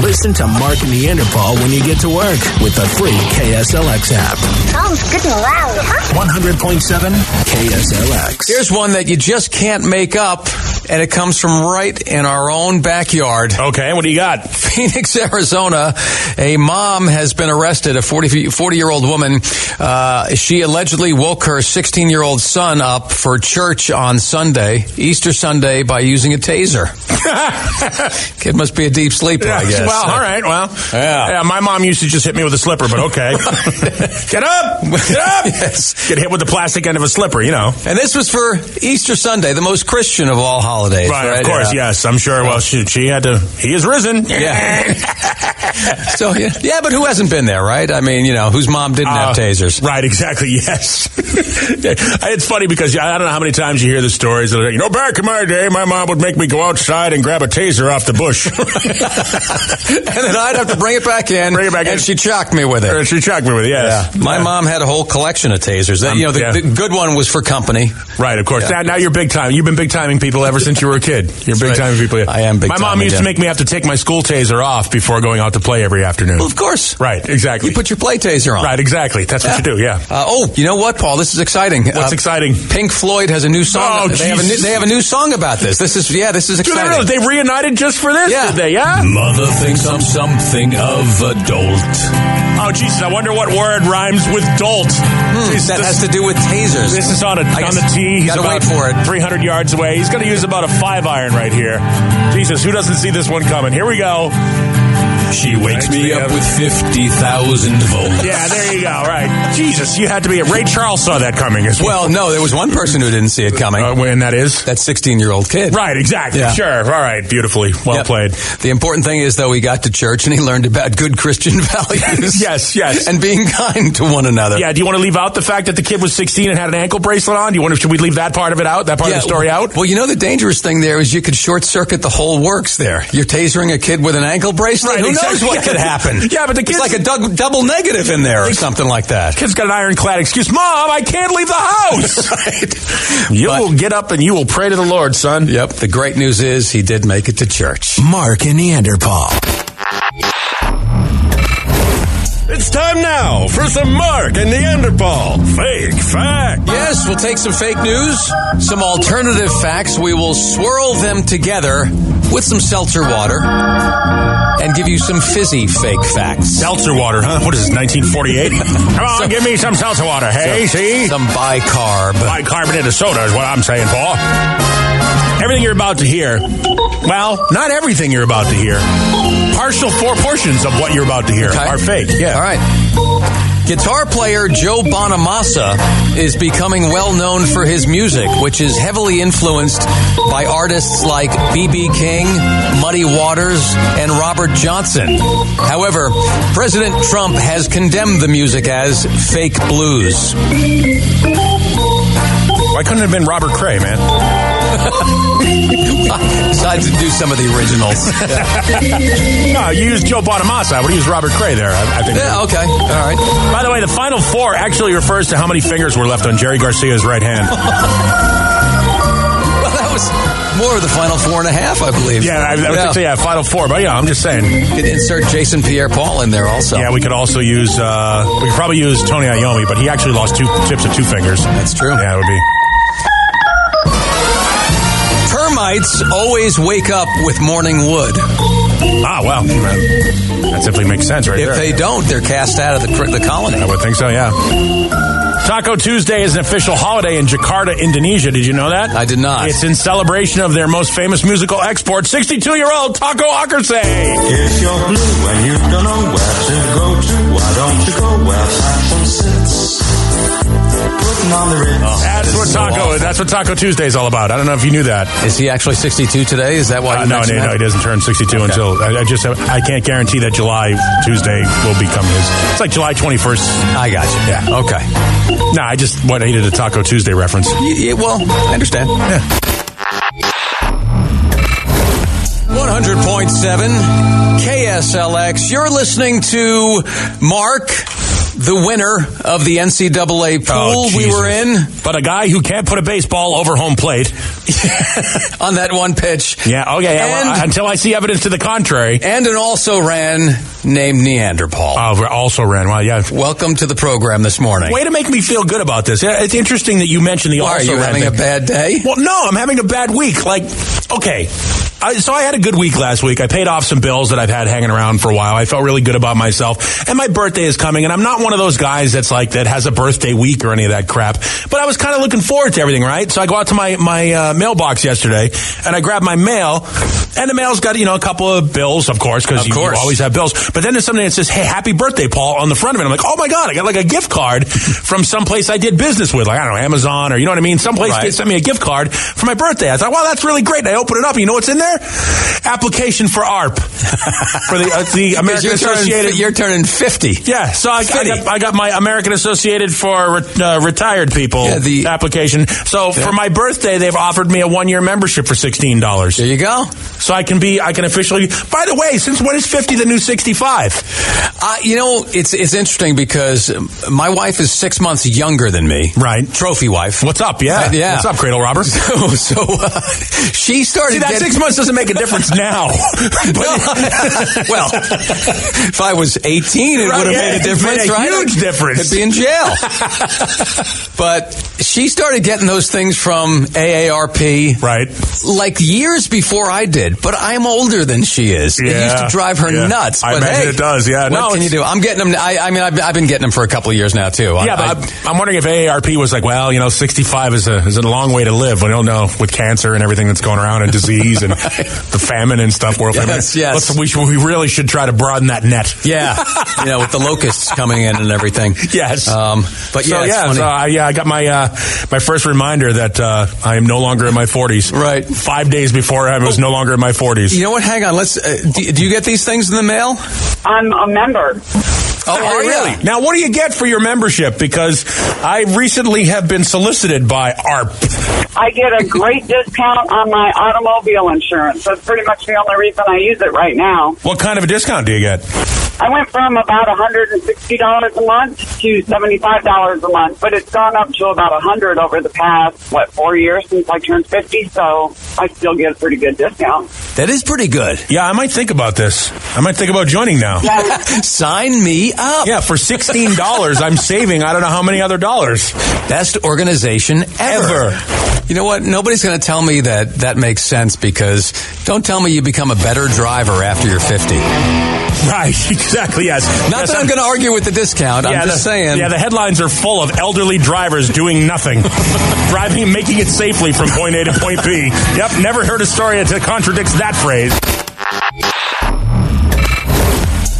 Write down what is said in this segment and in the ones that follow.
Listen to Mark Neanderthal when you get to work with the free KSLX app. Sounds good and loud, huh? 100.7 KSLX. Here's one that you just can't make up, and it comes from right in our own backyard. Okay, what do you got? Phoenix, Arizona, a mom has been arrested, a 40, 40 year old woman. Uh, she allegedly woke her 16 year old son up for church on Sunday, Easter Sunday, by using a taser. Kid must be a deep sleeper, I guess. Well, all right. Well, Yeah. My mom used to just hit me with a slipper, but okay. get up! Get up! Yes. Get hit with the plastic end of a slipper, you know. And this was for Easter Sunday, the most Christian of all holidays. Right, Uh, Right, of course, Yeah. yes. I'm sure. Well, shoot, she had to. He is risen. Yeah. so yeah, yeah, but who hasn't been there, right? I mean, you know, whose mom didn't have Uh, tasers? Right, exactly. Yes. it's funny because I don't know how many times you hear the stories that are, you know, back in my day, my mom would make me go outside and grab a taser off the bush. and then I'd have to bring it back in. Bring it back and in. she chocked me with it. or she shocked me with it, Yeah. yes. My mom had a whole collection of tasers. That, you know, the, Um, yeah. the good one was for company. Right, of course. Yeah. Now, now you're big time. You've been big timing people ever since you were a kid. You're big right. timing people. yeah. I am big My mom timing, used to yeah. make me have to take my school taser off before going out to play every afternoon. Well, of course. Right, exactly. You put your play taser on. right, exactly. That's what you do, yeah. Uh, oh, you know what, Paul? This is exciting. Uh, What's exciting? Pink Floyd has a new song. Oh, they, have a new, Jesus. they have a new song about this. This is yeah. This is Do they exciting. really? They reunited just for this? Yeah. Did they? Yeah. Mother thinks I'm something of adult. Oh, Jesus! I wonder what word rhymes with dolt. Jesus, Hmm, Mm, that this- has to do with tasers. This is on a I on the guess- tee. He's gotta about wait for it. 300 yards away. He's going to use about a five iron right here. Jesus, who doesn't see this one coming? Here we go. She wakes me up with 50,000 volts. Yeah, there you go. Right. Jesus, you had to be it. Ray Charles saw that coming as well. Well, no, there was one person who didn't see it coming. Uh, when that is. that 16 year old kid. Right, exactly. Yeah. Sure. All right. Beautifully. Well Yep. played. The important thing is, though, he got to church and he learned about good Christian values. Yes, yes. And being kind to one another. Yeah, do you want to leave out the fact that the kid was 16 and had an ankle bracelet on? Do you want to, should we leave that part of it out? That part Yeah, of the story out? Well, you know the dangerous thing there is you could short circuit the whole works. There, you're tasering a kid with an ankle bracelet. Right, Who exactly. knows what could happen? Yeah, but the it's kids- like a dou- double negative in there or something like that. Kid's got an ironclad excuse. Mom, I can't leave the house. You But- will get up and you will pray to the Lord, son. Yep. The great news is he did make it to church. Mark and Neanderthal. It's time now for some Mark and Neanderthal fake fact. Yes, we'll take some fake news, some alternative facts. We will swirl them together with some seltzer water and give you some fizzy fake facts. Seltzer water, huh? What is this, 1948? Come on, give me some seltzer water. Hey, see? Some bicarb. Bicarbonate of soda is what I'm saying, Paul. Everything you're about to hear, well, not everything you're about to hear. Partial four portions of what you're about to hear Okay. are fake. Yeah. All right. Guitar player Joe Bonamassa is becoming well known for his music, which is heavily influenced by artists like B.B. King, Muddy Waters, and Robert Johnson. However, President Trump has condemned the music as fake blues. Why couldn't it have been Robert Cray, man? Decided to do some of the originals. No, you used Joe Bonamassa. I would have used Robert Cray there. I, I think. yeah, okay. All right. By the way, the final four actually refers to how many fingers were left on Jerry Garcia's right hand. Well, that was more of the final four and a half, I believe. Yeah, I, I would think so, yeah, final four. But yeah, I'm just saying. Could insert Jason Pierre Paul in there also. Yeah, we could also use, uh, we could probably use Tony Iommi, but he actually lost two tips of two fingers. That's true. Yeah, it would be. Termites always wake up with morning wood. Ah, well. That simply makes sense right If there. they don't, they're cast out of the, cr- the I colony. would think so, yeah. Taco Tuesday is an official holiday in Jakarta, Indonesia. Did you know that? I did not. It's in celebration of their most famous musical export, 62 year old Taco Akerse. If you're blue and you don't know where to go to, why don't you go where fashion sits? Putting on the ritz. That's what Taco. That's what Taco Tuesday is all about. I don't know if you knew that. Is he actually 62 today? Is that why? Uh, you no, no, mentioned no, that? he doesn't turn 62 until I, I just have, I can't guarantee that July Tuesday will become his. It's like July 21st. I got you. Yeah. Okay. No, I just what I needed a Taco Tuesday reference. Y- yeah, well, I understand. 100.7 KSLX. You're listening to Mark the winner of the NCAA pool Oh, we Jesus. were in But a guy who can't put a baseball over home plate. on that one pitch. Yeah, okay. yeah, well, And- I- until I see evidence to the contrary. And an also ran named Neanderthal. Oh, we also ran. Well, yeah. Welcome to the program this morning. Way to make me feel good about this. Yeah, It's interesting that you mentioned the Why, are also you ran having thing. a bad day? Well, no, I'm having a bad week. Like, okay. I, so I had a good week last week. I paid off some bills that I've had hanging around for a while. I felt really good about myself. And my birthday is coming, and I'm not one of those guys that's like, that has a birthday week or any of that crap. But I was kind of looking forward to everything, right? So I go out to my, my uh, mailbox yesterday, and I grab my mail, and the mail's got, you know, a couple of bills, of course, because Of you, you course. always have bills. But then there's something that says, hey, happy birthday, Paul, on the front of it. I'm like, oh my God, I got like a gift card from someplace I did business with, like, I don't know, Amazon or, you know what I mean? Someplace Right. they sent me a gift card for my birthday. I thought, wow, that's really great. And I open it up. You know what's in there? Application for ARP. for the, uh, the Because American you're turning, Associated. you're turning 50. yeah, so I, I got, I got my American Associated for re- uh, Retired People Yeah, the- application. So for my birthday, they've offered me a one year membership for sixteen dollars. There you go. So I can be, I can officially. By the way, since when is fifty the new sixty five? Uh, you know, it's it's interesting because my wife is six months younger than me. Right. Trophy wife. What's up? Yeah, Uh, yeah. What's up, Cradle Robber? So, so uh, she started See, that getting- six months doesn't make a difference now. No. well, if I was 18, it Right, would have yeah, made a it'd difference, made a right? huge difference. I'd be in jail. but she started getting those things from AARP right. like years before I did, but I'm older than she is. It used to Yeah. drive her Yeah. nuts. I but imagine hey, it does, yeah. What No, can it's- you do? I'm getting them. I, I mean, I've, I've been getting them for a couple of years now too. I- Yeah, I- but I, I'm wondering if AARP was like, well, you know, 65 is a is a long way to live. We don't know with cancer and everything that's going around and disease and the famine and stuff. We're Yes, yes. Let's- we, should, we really should try to broaden that net. yeah, you know, with the locusts coming in and everything. Yes. Um, but yeah, so it's yeah, funny. so I, yeah, I got my uh, my first reminder that uh, I am no longer in my 40s. Right. Five days before I was no longer in my 40s. you know what? Hang on. Let's. Uh, do, do you get these things in the mail? I'm a member. Oh, are ya? Oh, really? Now, what do you get for your membership? Because I recently have been solicited by ARP. I get a great discount on my automobile insurance. That's pretty much the only reason I use it right now. What kind of a discount do you get? I went from about $160 a month to $75 a month, but it's gone up to about 100 over the past, what, four years since I turned 50, so I still get a pretty good discount. That is pretty good. Yeah, I might think about this. I might think about joining now. Sign me up. Yeah, for sixteen dollars, I'm saving. I don't know how many other dollars. Best organization ever. Ever. You know what? Nobody's going to tell me that that makes sense because don't tell me you become a better driver after you're 50. Not Right? Exactly. Yes. Yes, that I'm going to argue with the discount. yeah, I'm just the, saying. Yeah, the headlines are full of elderly drivers doing nothing, driving, making it safely from point A to point B. Yep. Never heard a story that contradicts that phrase.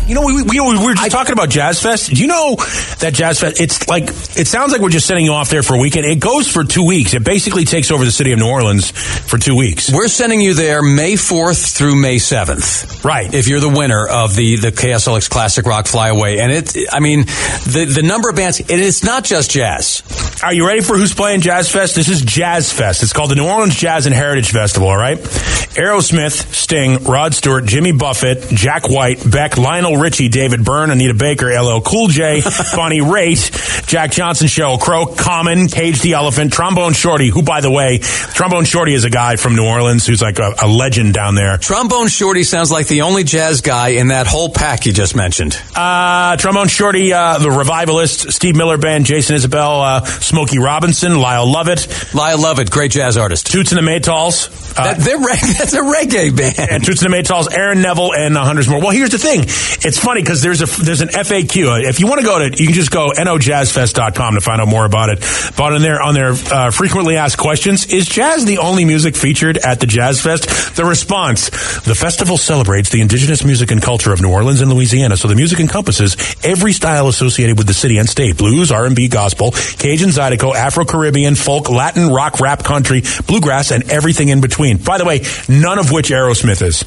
You know, we, we, we were just talking about Jazz Fest. Do you know that Jazz Fest? It's like it sounds like we're just sending you off there for a weekend. It goes for two weeks. It basically takes over the city of New Orleans for two weeks. We're sending you there May 4th through May 7th. Right. If you're the winner of the, the KSLX Classic Rock Flyaway. And it, I mean, the, the number of bands, and it's not just jazz. Are you ready for who's playing Jazz Fest? This is Jazz Fest. It's called the New Orleans Jazz and Heritage Festival, all right? Aerosmith, Sting, Rod Stewart, Jimmy Buffett, Jack White, Beck, Lionel Richie, David Byrne, Anita Baker, LL Cool J, Bonnie Raitt, Jack Johnson, Cheryl Crow, Common, Cage the Elephant, Trombone Shorty, who, by the way, Trombone Shorty is a guy from New Orleans who's like a, a legend down there. Trombone Shorty sounds like the only jazz guy in that whole pack you just mentioned. Uh, trombone Shorty, uh, the Revivalist, Steve Miller Band, Jason Isabel, uh, Smokey Robinson, Lyle Lovett, Lyle Lovett, great jazz artist. Toots and the Maytals. Uh, That, they're reg- that's a reggae band. and Toots and the Maytals, Aaron Neville, and uh, Hunters Moore. Well, here's the thing. It's funny because there's a there's an FAQ. Uh, If you want to go to, it, you can just go nojazzfest.com to find out more about it. But on their on their uh, frequently asked questions, is jazz the only music featured at the Jazz Fest? The response: The festival celebrates the indigenous music and culture of New Orleans and Louisiana, so the music encompasses every style associated with the city and state: blues, R and B, gospel, Cajun Zydeco, Afro Caribbean, folk, Latin, rock, rap, country, bluegrass, and everything in between. By the way, none of which Aerosmith is.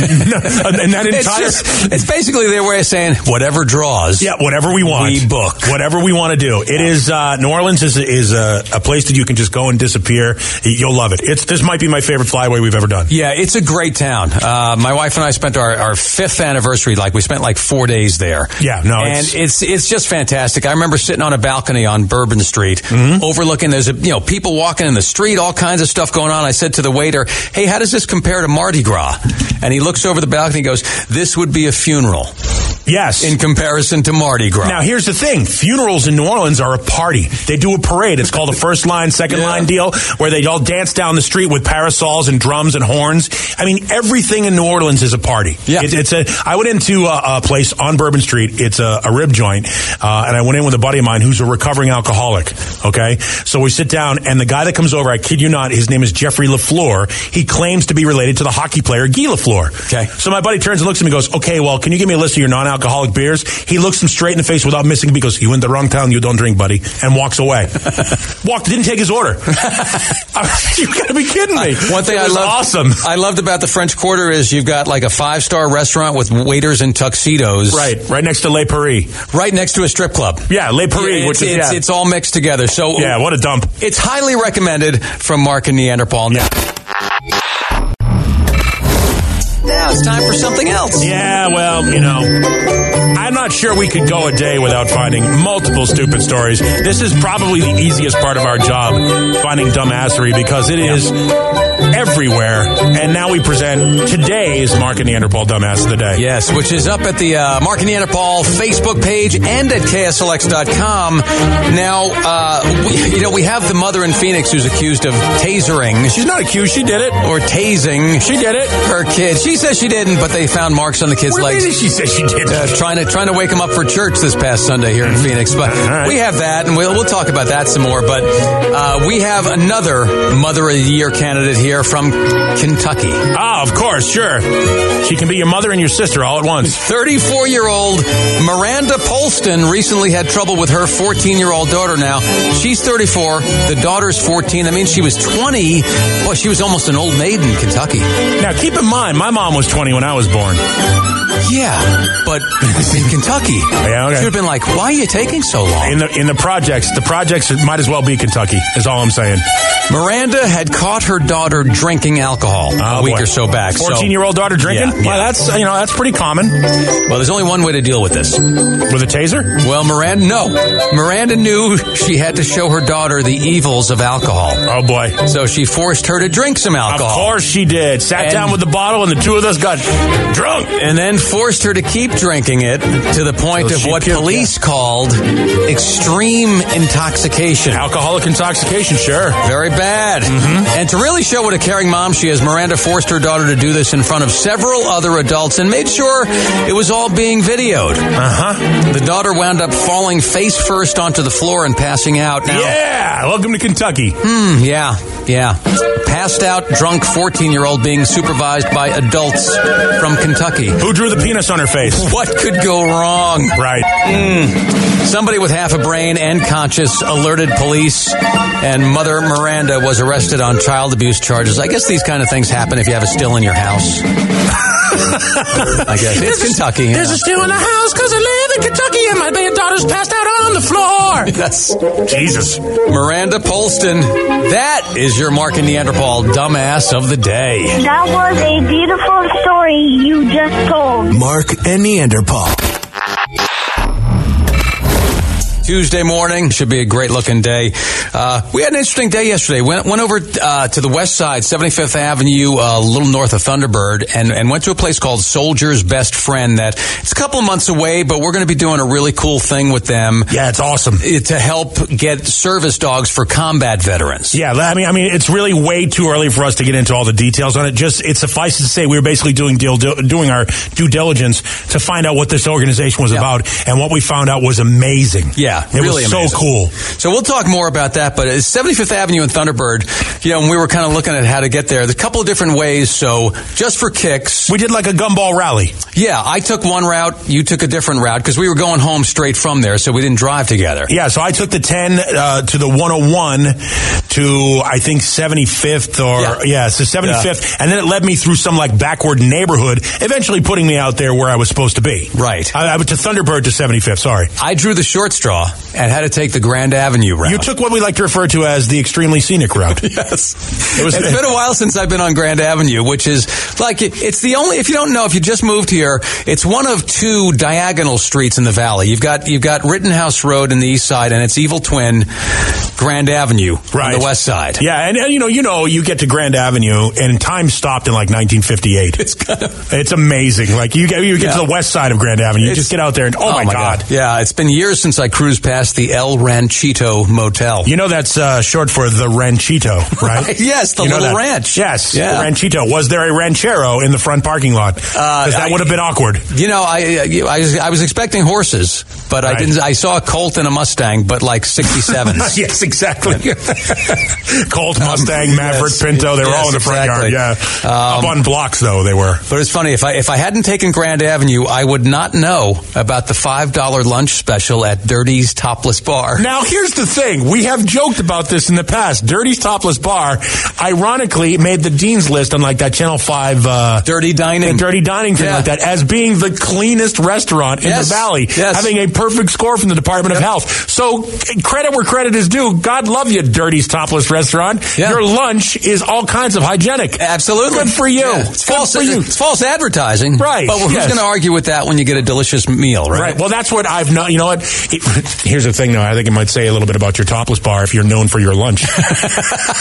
and that entire. It's, just, it's basically their way of saying whatever draws. Yeah, whatever we want. We book. Whatever we want to do. It is uh, New Orleans is is a, a place that you can just go and disappear. You'll love it. It's this might be my favorite flyaway we've ever done. Yeah, it's a great town. Uh, my wife and I spent our, our fifth anniversary. Like we spent like four days there. Yeah, no, and it's- it's it's, it's just fantastic. I remember sitting on a balcony on Bourbon Street, Mm-hmm. overlooking. There's a, you know people walking in the street, all kinds of stuff going on. I said to the waiter, "Hey, how does this compare to Mardi Gras?" And he looks over the balcony, and goes, "This would be a funeral Yes. in comparison to Mardi Gras." Now here's the thing: funerals in New Orleans are a party. They do a parade. It's called the first line, second Yeah. line deal, where they all dance down the street with parasols and drums and horns. I mean, everything in New Orleans is a party. Yeah. It- it's a. I went into a, a place on Bourbon Street. It's a, a rib joint, uh, and I went in with a buddy of mine who's a recovering alcoholic. Okay, so we sit down, and the guy that comes over, I kid you not, his name is Jeffrey Lafleur. He claims to be related to the hockey player Guy Lafleur. Okay. So my buddy turns and looks at me and goes, okay, well, can you give me a list of your non-alcoholic beers? He looks him straight in the face without missing a beat, goes, you in the wrong town, you don't drink, buddy, and walks away. Walked, didn't take his order. you gotta be kidding me. One thing It I was loved, awesome. I loved about the French Quarter is you've got like a five star restaurant with waiters in tuxedos, Right, right next to Le Paris. right next to a strip club. Yeah, Le Paris, it's, which is, it's, yeah. it's all mixed together. So yeah, what a dump. it's highly recommended from Mark and Neanderthal. Yeah. Now it's time for something else. Yeah, well, you know, I'm not sure we could go a day without finding multiple stupid stories. This is probably the easiest part of our job, finding dumbassery, because it is everywhere. And now we present today's Mark and Neanderthal Dumbass of the Day. Yes, which is up at the uh, Mark and Neanderthal Facebook page and at KSLX.com. Now, uh, we, you know, we have the mother in Phoenix who's accused of tasering. She's not accused. She did it. or tasing She did it. her kid. She says she didn't, but they found marks on the kid's What do you legs. mean she said she did Uh, it? trying to trying to wake him up for church this past Sunday here in Phoenix, but All right. we have that, and we'll we'll talk about that some more. But uh, we have another Mother of the Year candidate here from Kentucky. Ah, of course, sure. She can be your mother and your sister all at once. 34 year old Miranda Polston recently had trouble with her 14 year old daughter now. She's 34, the daughter's 14. That means she was 20. Boy, she was almost an old maid in Kentucky. Now, keep in mind, my mom was 20 when I was born. Yeah, but in Kentucky. Oh, Yeah, okay. She would have been like, why are you taking so long? In the in the projects, the projects might as well be Kentucky. Is all I'm saying. Miranda had caught her daughter drinking alcohol a Oh, week boy. or so back. so- Fourteen-year-old daughter drinking. Yeah, yeah. Well, that's you know that's pretty common Well, there's only one way to deal with this. with a taser. Well, Miranda, no. Miranda knew she had to show her daughter the evils of alcohol. Oh boy. So she forced her to drink some Of alcohol. course she did. Sat And- down with the bottle, and the two of us got drunk. and then forced her to keep drinking it to the point So of she what puked, police called extreme intoxication. Alcoholic intoxication, sure. Very bad. And to really show what a caring mom she is, Miranda forced her daughter to do this in front of several other adults and made sure it was all being videoed. Uh huh. The daughter wound up falling face first onto the floor and passing out. Now, Yeah. Welcome to Kentucky. hmm, yeah, yeah. Passed out, drunk 14 year old being supervised by adults from Kentucky. Who drew the penis on her face? What could go wrong? Right. Somebody with half a brain and conscious alerted police, and Mother Miranda was arrested on child abuse charges. I guess these kind of things happen if you have a still in your house. I guess it's Kentucky. you know. stew in the house because I live in Kentucky, and my bad daughter's passed out on the floor. That's Jesus. Miranda Polston. That is your Mark and Neanderthal dumbass of the day. That was a beautiful story you just told. Mark and Neanderthal. Tuesday morning should be a great looking day. Uh, we had an interesting day yesterday. Went went over uh, to the west side, 75th Avenue, uh, a little north of Thunderbird, and and went to a place called Soldier's Best Friend. That it's a couple of months away, but we're going to be doing a really cool thing with them Yeah, it's awesome. eh, to help get service dogs for combat veterans. Yeah, I mean, I mean, it's really way too early for us to get into all the details on it. Just it suffices to say we were basically doing deal, doing our due diligence to find out what this organization was about, and what we found out was amazing. Yeah, Yeah, It really was so amazing. cool. So we'll talk more about that. But it's 75th Avenue and Thunderbird. You know, and we were kind of looking at how to get there. There's a couple of different ways. So just for kicks, We did like a gumball rally. yeah, I took one route. You took a different route because we were going home straight from there, so we didn't drive together. Yeah, so I took the 10 uh, to the 101 to, I think, 75th or, yeah, Yeah. so 75th. And then it led me through some like backward neighborhood, eventually putting me out there where I was supposed to be. Right. I, I went to Thunderbird to 75th, sorry. I drew the short straw and had to take the Grand Avenue route. You took what we like to refer to as the extremely scenic route. Yes. It was- it's been a while since I've been on Grand Avenue, which is like, it- it's the only, if you don't know, if you just moved here, it's one of two diagonal streets in the valley. You've got, you've got Rittenhouse Road in the east side and it's Evil Twin Grand Avenue Right. on the west side. Yeah, and, and you know, you know, you get to Grand Avenue, and time stopped in like 1958. It's kind of, it's amazing. Like you get, you get to Yeah. the west side of Grand Avenue, you It's- just get out there, and oh, my, god. Yeah, it's been years since I cruised past the El Ranchito Motel. you know that's uh, short for the Ranchito, right? Yes, the You know little that. ranch. Yes, Yeah. the Ranchito. Was there a ranchero in the front parking lot? Because that Uh, I- would have been awkward. You know, I, I was- I was expecting horses, but Right. I didn't. I saw a Colt and a Mustang, but like sixty sevens. yes, exactly. Colt, Mustang, Maverick, Um, yes, Pinto, they were all in yes, the front exactly. Um, yard. Yeah, up on blocks though they were. But it's funny if I if I hadn't taken Grand Avenue, I would not know about the five dollar lunch special at Dirty's Topless Bar. Now, here's the thing. We have joked about this in the past. Dirty's Topless Bar, ironically, made the Dean's List on like that Channel 5 uh, Dirty dining. dirty dining thing Yeah. like that as being the cleanest restaurant in Yes, the valley, yes. having a perfect score from the Department of Health. So, c- credit where credit is due. God love you, Dirty's Topless Restaurant. Yeah. Your lunch is all kinds of hygienic. Absolutely. Good for you. Yeah. It's, Good false, for you. it's false advertising. Right, But who's yes. going to argue with that when you get a delicious meal, right? Right. Well, that's what I've known. You know what? It- here's the thing, though. I think it might say a little bit about your topless bar if you're known for your lunch.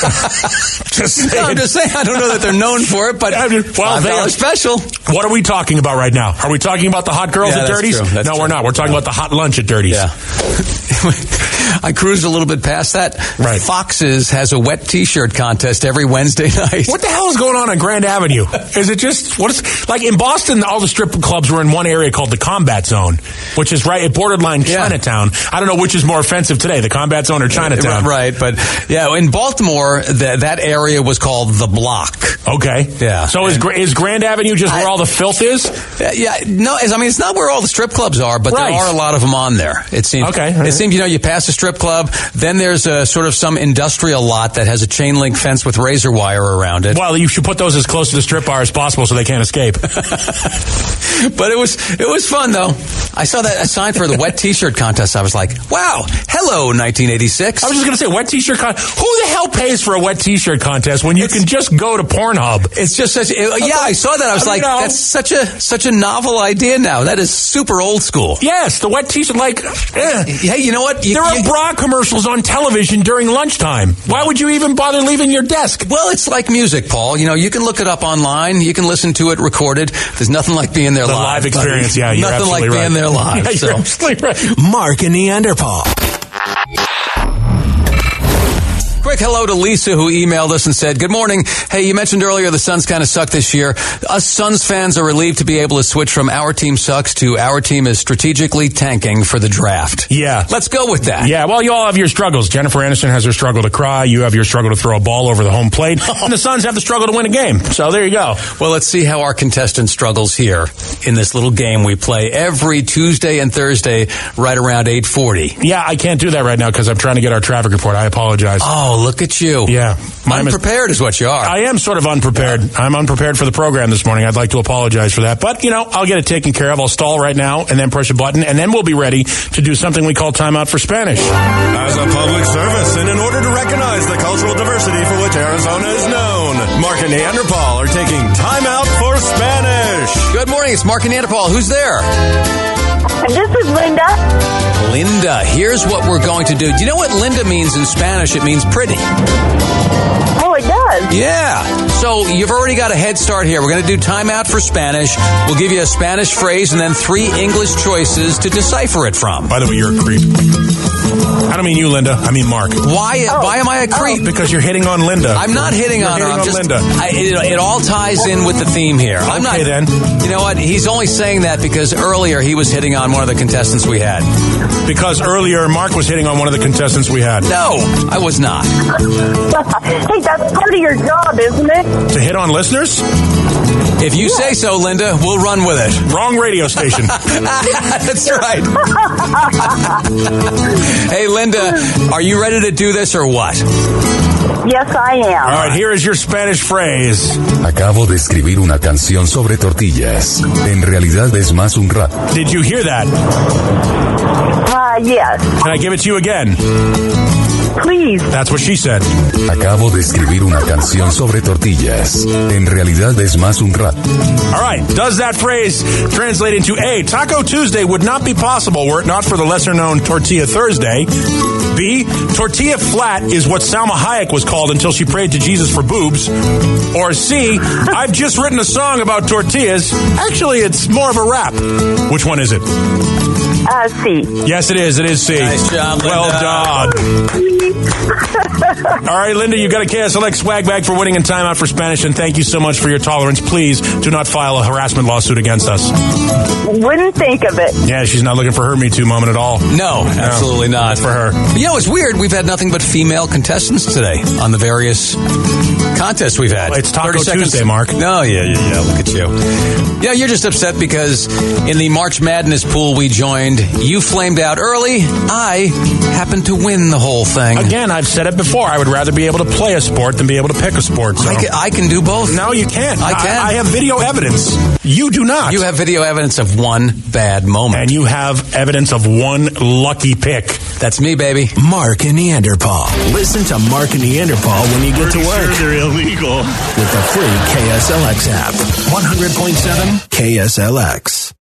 just No, I'm saying. just saying, I don't know that they're known for it, but I mean, well, $5 they are- special. What are we talking about right now? Are we talking about the hot girls Yeah, at that's Dirties? true. That's no, we're true. not. We're talking about the hot lunch at Dirties. Yeah. I cruised a little bit past that. Right. Foxes has a wet T-shirt contest every Wednesday night. What the hell is going on on Grand Avenue? Is it just what is like in Boston? All the strip clubs were in one area called the Combat Zone, which is right at borderline Yeah. Chinatown. I don't know which is more offensive today, the Combat Zone or Chinatown. Right, but yeah, in Baltimore, that that area was called the Block. Okay. Yeah. So is Gra- is Grand Avenue just where all the filth is? Uh, Yeah, no, it's- I mean it's not where all the strip clubs are, but Right. there are a lot of them on there. It seems. Okay, all right. It seems you know you pass a strip club, then there's a sort of some industrial lot that has a chain link fence with razor wire around it. Well, you should put those as close to the strip bar as possible so they can't escape. But it was it was fun though. I saw that sign for the wet T-shirt contest. I was like, wow, hello 1986. I was just going to say, wet t-shirt con- Who the hell pays for a wet t-shirt contest when you can just go to Pornhub? It's just such. it- yeah, I saw that. I was I like, don't know. that's such a such a novel idea now. That is super old school. Yes, the wet t-shirt, like, eh. Hey, you know what? You- There are you- bra commercials on television during lunchtime. Why would you even bother leaving your desk? well, it's like music, Paul. You know, you can look it up online. You can listen to it recorded. There's nothing like being there The live. live experience, yeah, you're nothing like absolutely right. being there live. Yeah, you're so. absolutely right. Mark and Neanderthal. Quick hello to Lisa who emailed us and said, Good morning. Hey, you mentioned earlier the Suns kind of suck this year. Us Suns fans are relieved to be able to switch from our team sucks to our team is strategically tanking for the draft. Yeah. Let's go with that. Yeah, well, you all have your struggles. Jennifer Aniston has her struggle to cry. You have your struggle to throw a ball over the home plate. And the Suns have the struggle to win a game. So there you go. Well, let's see how our contestant struggles here in this little game we play every Tuesday and Thursday right around 8:40. Yeah, I can't do that right now because I'm trying to get our traffic report. I apologize. Oh, look at you. Yeah, my mis- Unprepared is what you are. I am sort of unprepared. I'm unprepared for the program this morning. I'd like to apologize for that. But, you know, I'll get it taken care of. I'll stall right now and then press a button, and then we'll be ready to do something we call timeout for Spanish. As a public service and in order to recognize the cultural diversity for which Arizona is known, Mark and Neanderthal are taking time out for Spanish. Good morning. It's Mark and Anatopol. Who's there? This is Linda. Linda. Here's what we're going to do. Do you know what Linda means in Spanish? It means pretty. Oh, it does. Yeah. So you've already got a head start here. We're going to do timeout for Spanish. We'll give you a Spanish phrase and then three English choices to decipher it from. By the way, you're a creep. I don't mean you, Linda. I mean Mark. Why? Why am I a creep? Because you're hitting on Linda. I'm not hitting You're on hitting her. I'm on just. Linda. I, it, it all ties in with the theme here. I'm Okay, not. then. You know what? He's only saying that because earlier he was hitting on one of the contestants we had. Because earlier Mark was hitting on one of the contestants we had. No, I was not. hey, that's part of your job, isn't it? To hit on listeners? If you say so, Linda, we'll run with it. Wrong radio station. That's right. hey, Linda, are you ready to do this or what? Yes, I All am. right, here is your Spanish phrase. Acabo de escribir una canción sobre tortillas. En realidad es más un rap. Did you hear that? Uh, yes. Can I give it to you again? Please. That's what she said. Acabo de escribir una canción sobre tortillas. En realidad es más un rap. All right. Does that phrase translate into A, Taco Tuesday would not be possible were it not for the lesser known Tortilla Thursday? B, Tortilla Flat is what Salma Hayek was called until she prayed to Jesus for boobs? Or C, I've just written a song about tortillas. Actually, it's more of a rap. Which one is it? Uh, see. Yes, it is. It is C. Nice job, Well Linda. done. All right, Linda, you've got a KSLX swag bag for winning and timeout for Spanish, and thank you so much for your tolerance. Please do not file a harassment lawsuit against us. Wouldn't think of it. Yeah, she's not looking for her Me Too moment at all. No, absolutely not. For her. You know, it's weird. We've had nothing but female contestants today on the various contests we've had. Well, it's Taco 30 seconds. Tuesday, Mark. No, yeah, yeah, yeah. Look at you. Yeah, you're just upset because in the March Madness pool we joined, you flamed out early. I happened to win the whole thing. Again, I've said it before. I would rather be able to play a sport than be able to pick a sport. So. I, can, I can do both. no, you can't. I can. I, have video evidence. You do not. You have video evidence of one bad moment. and you have evidence of one lucky pick. That's me, baby. Mark and Neanderthal. Listen to Mark and Neanderthal when you get to work they're illegal. with the free KSLX app. 100.7 KSLX.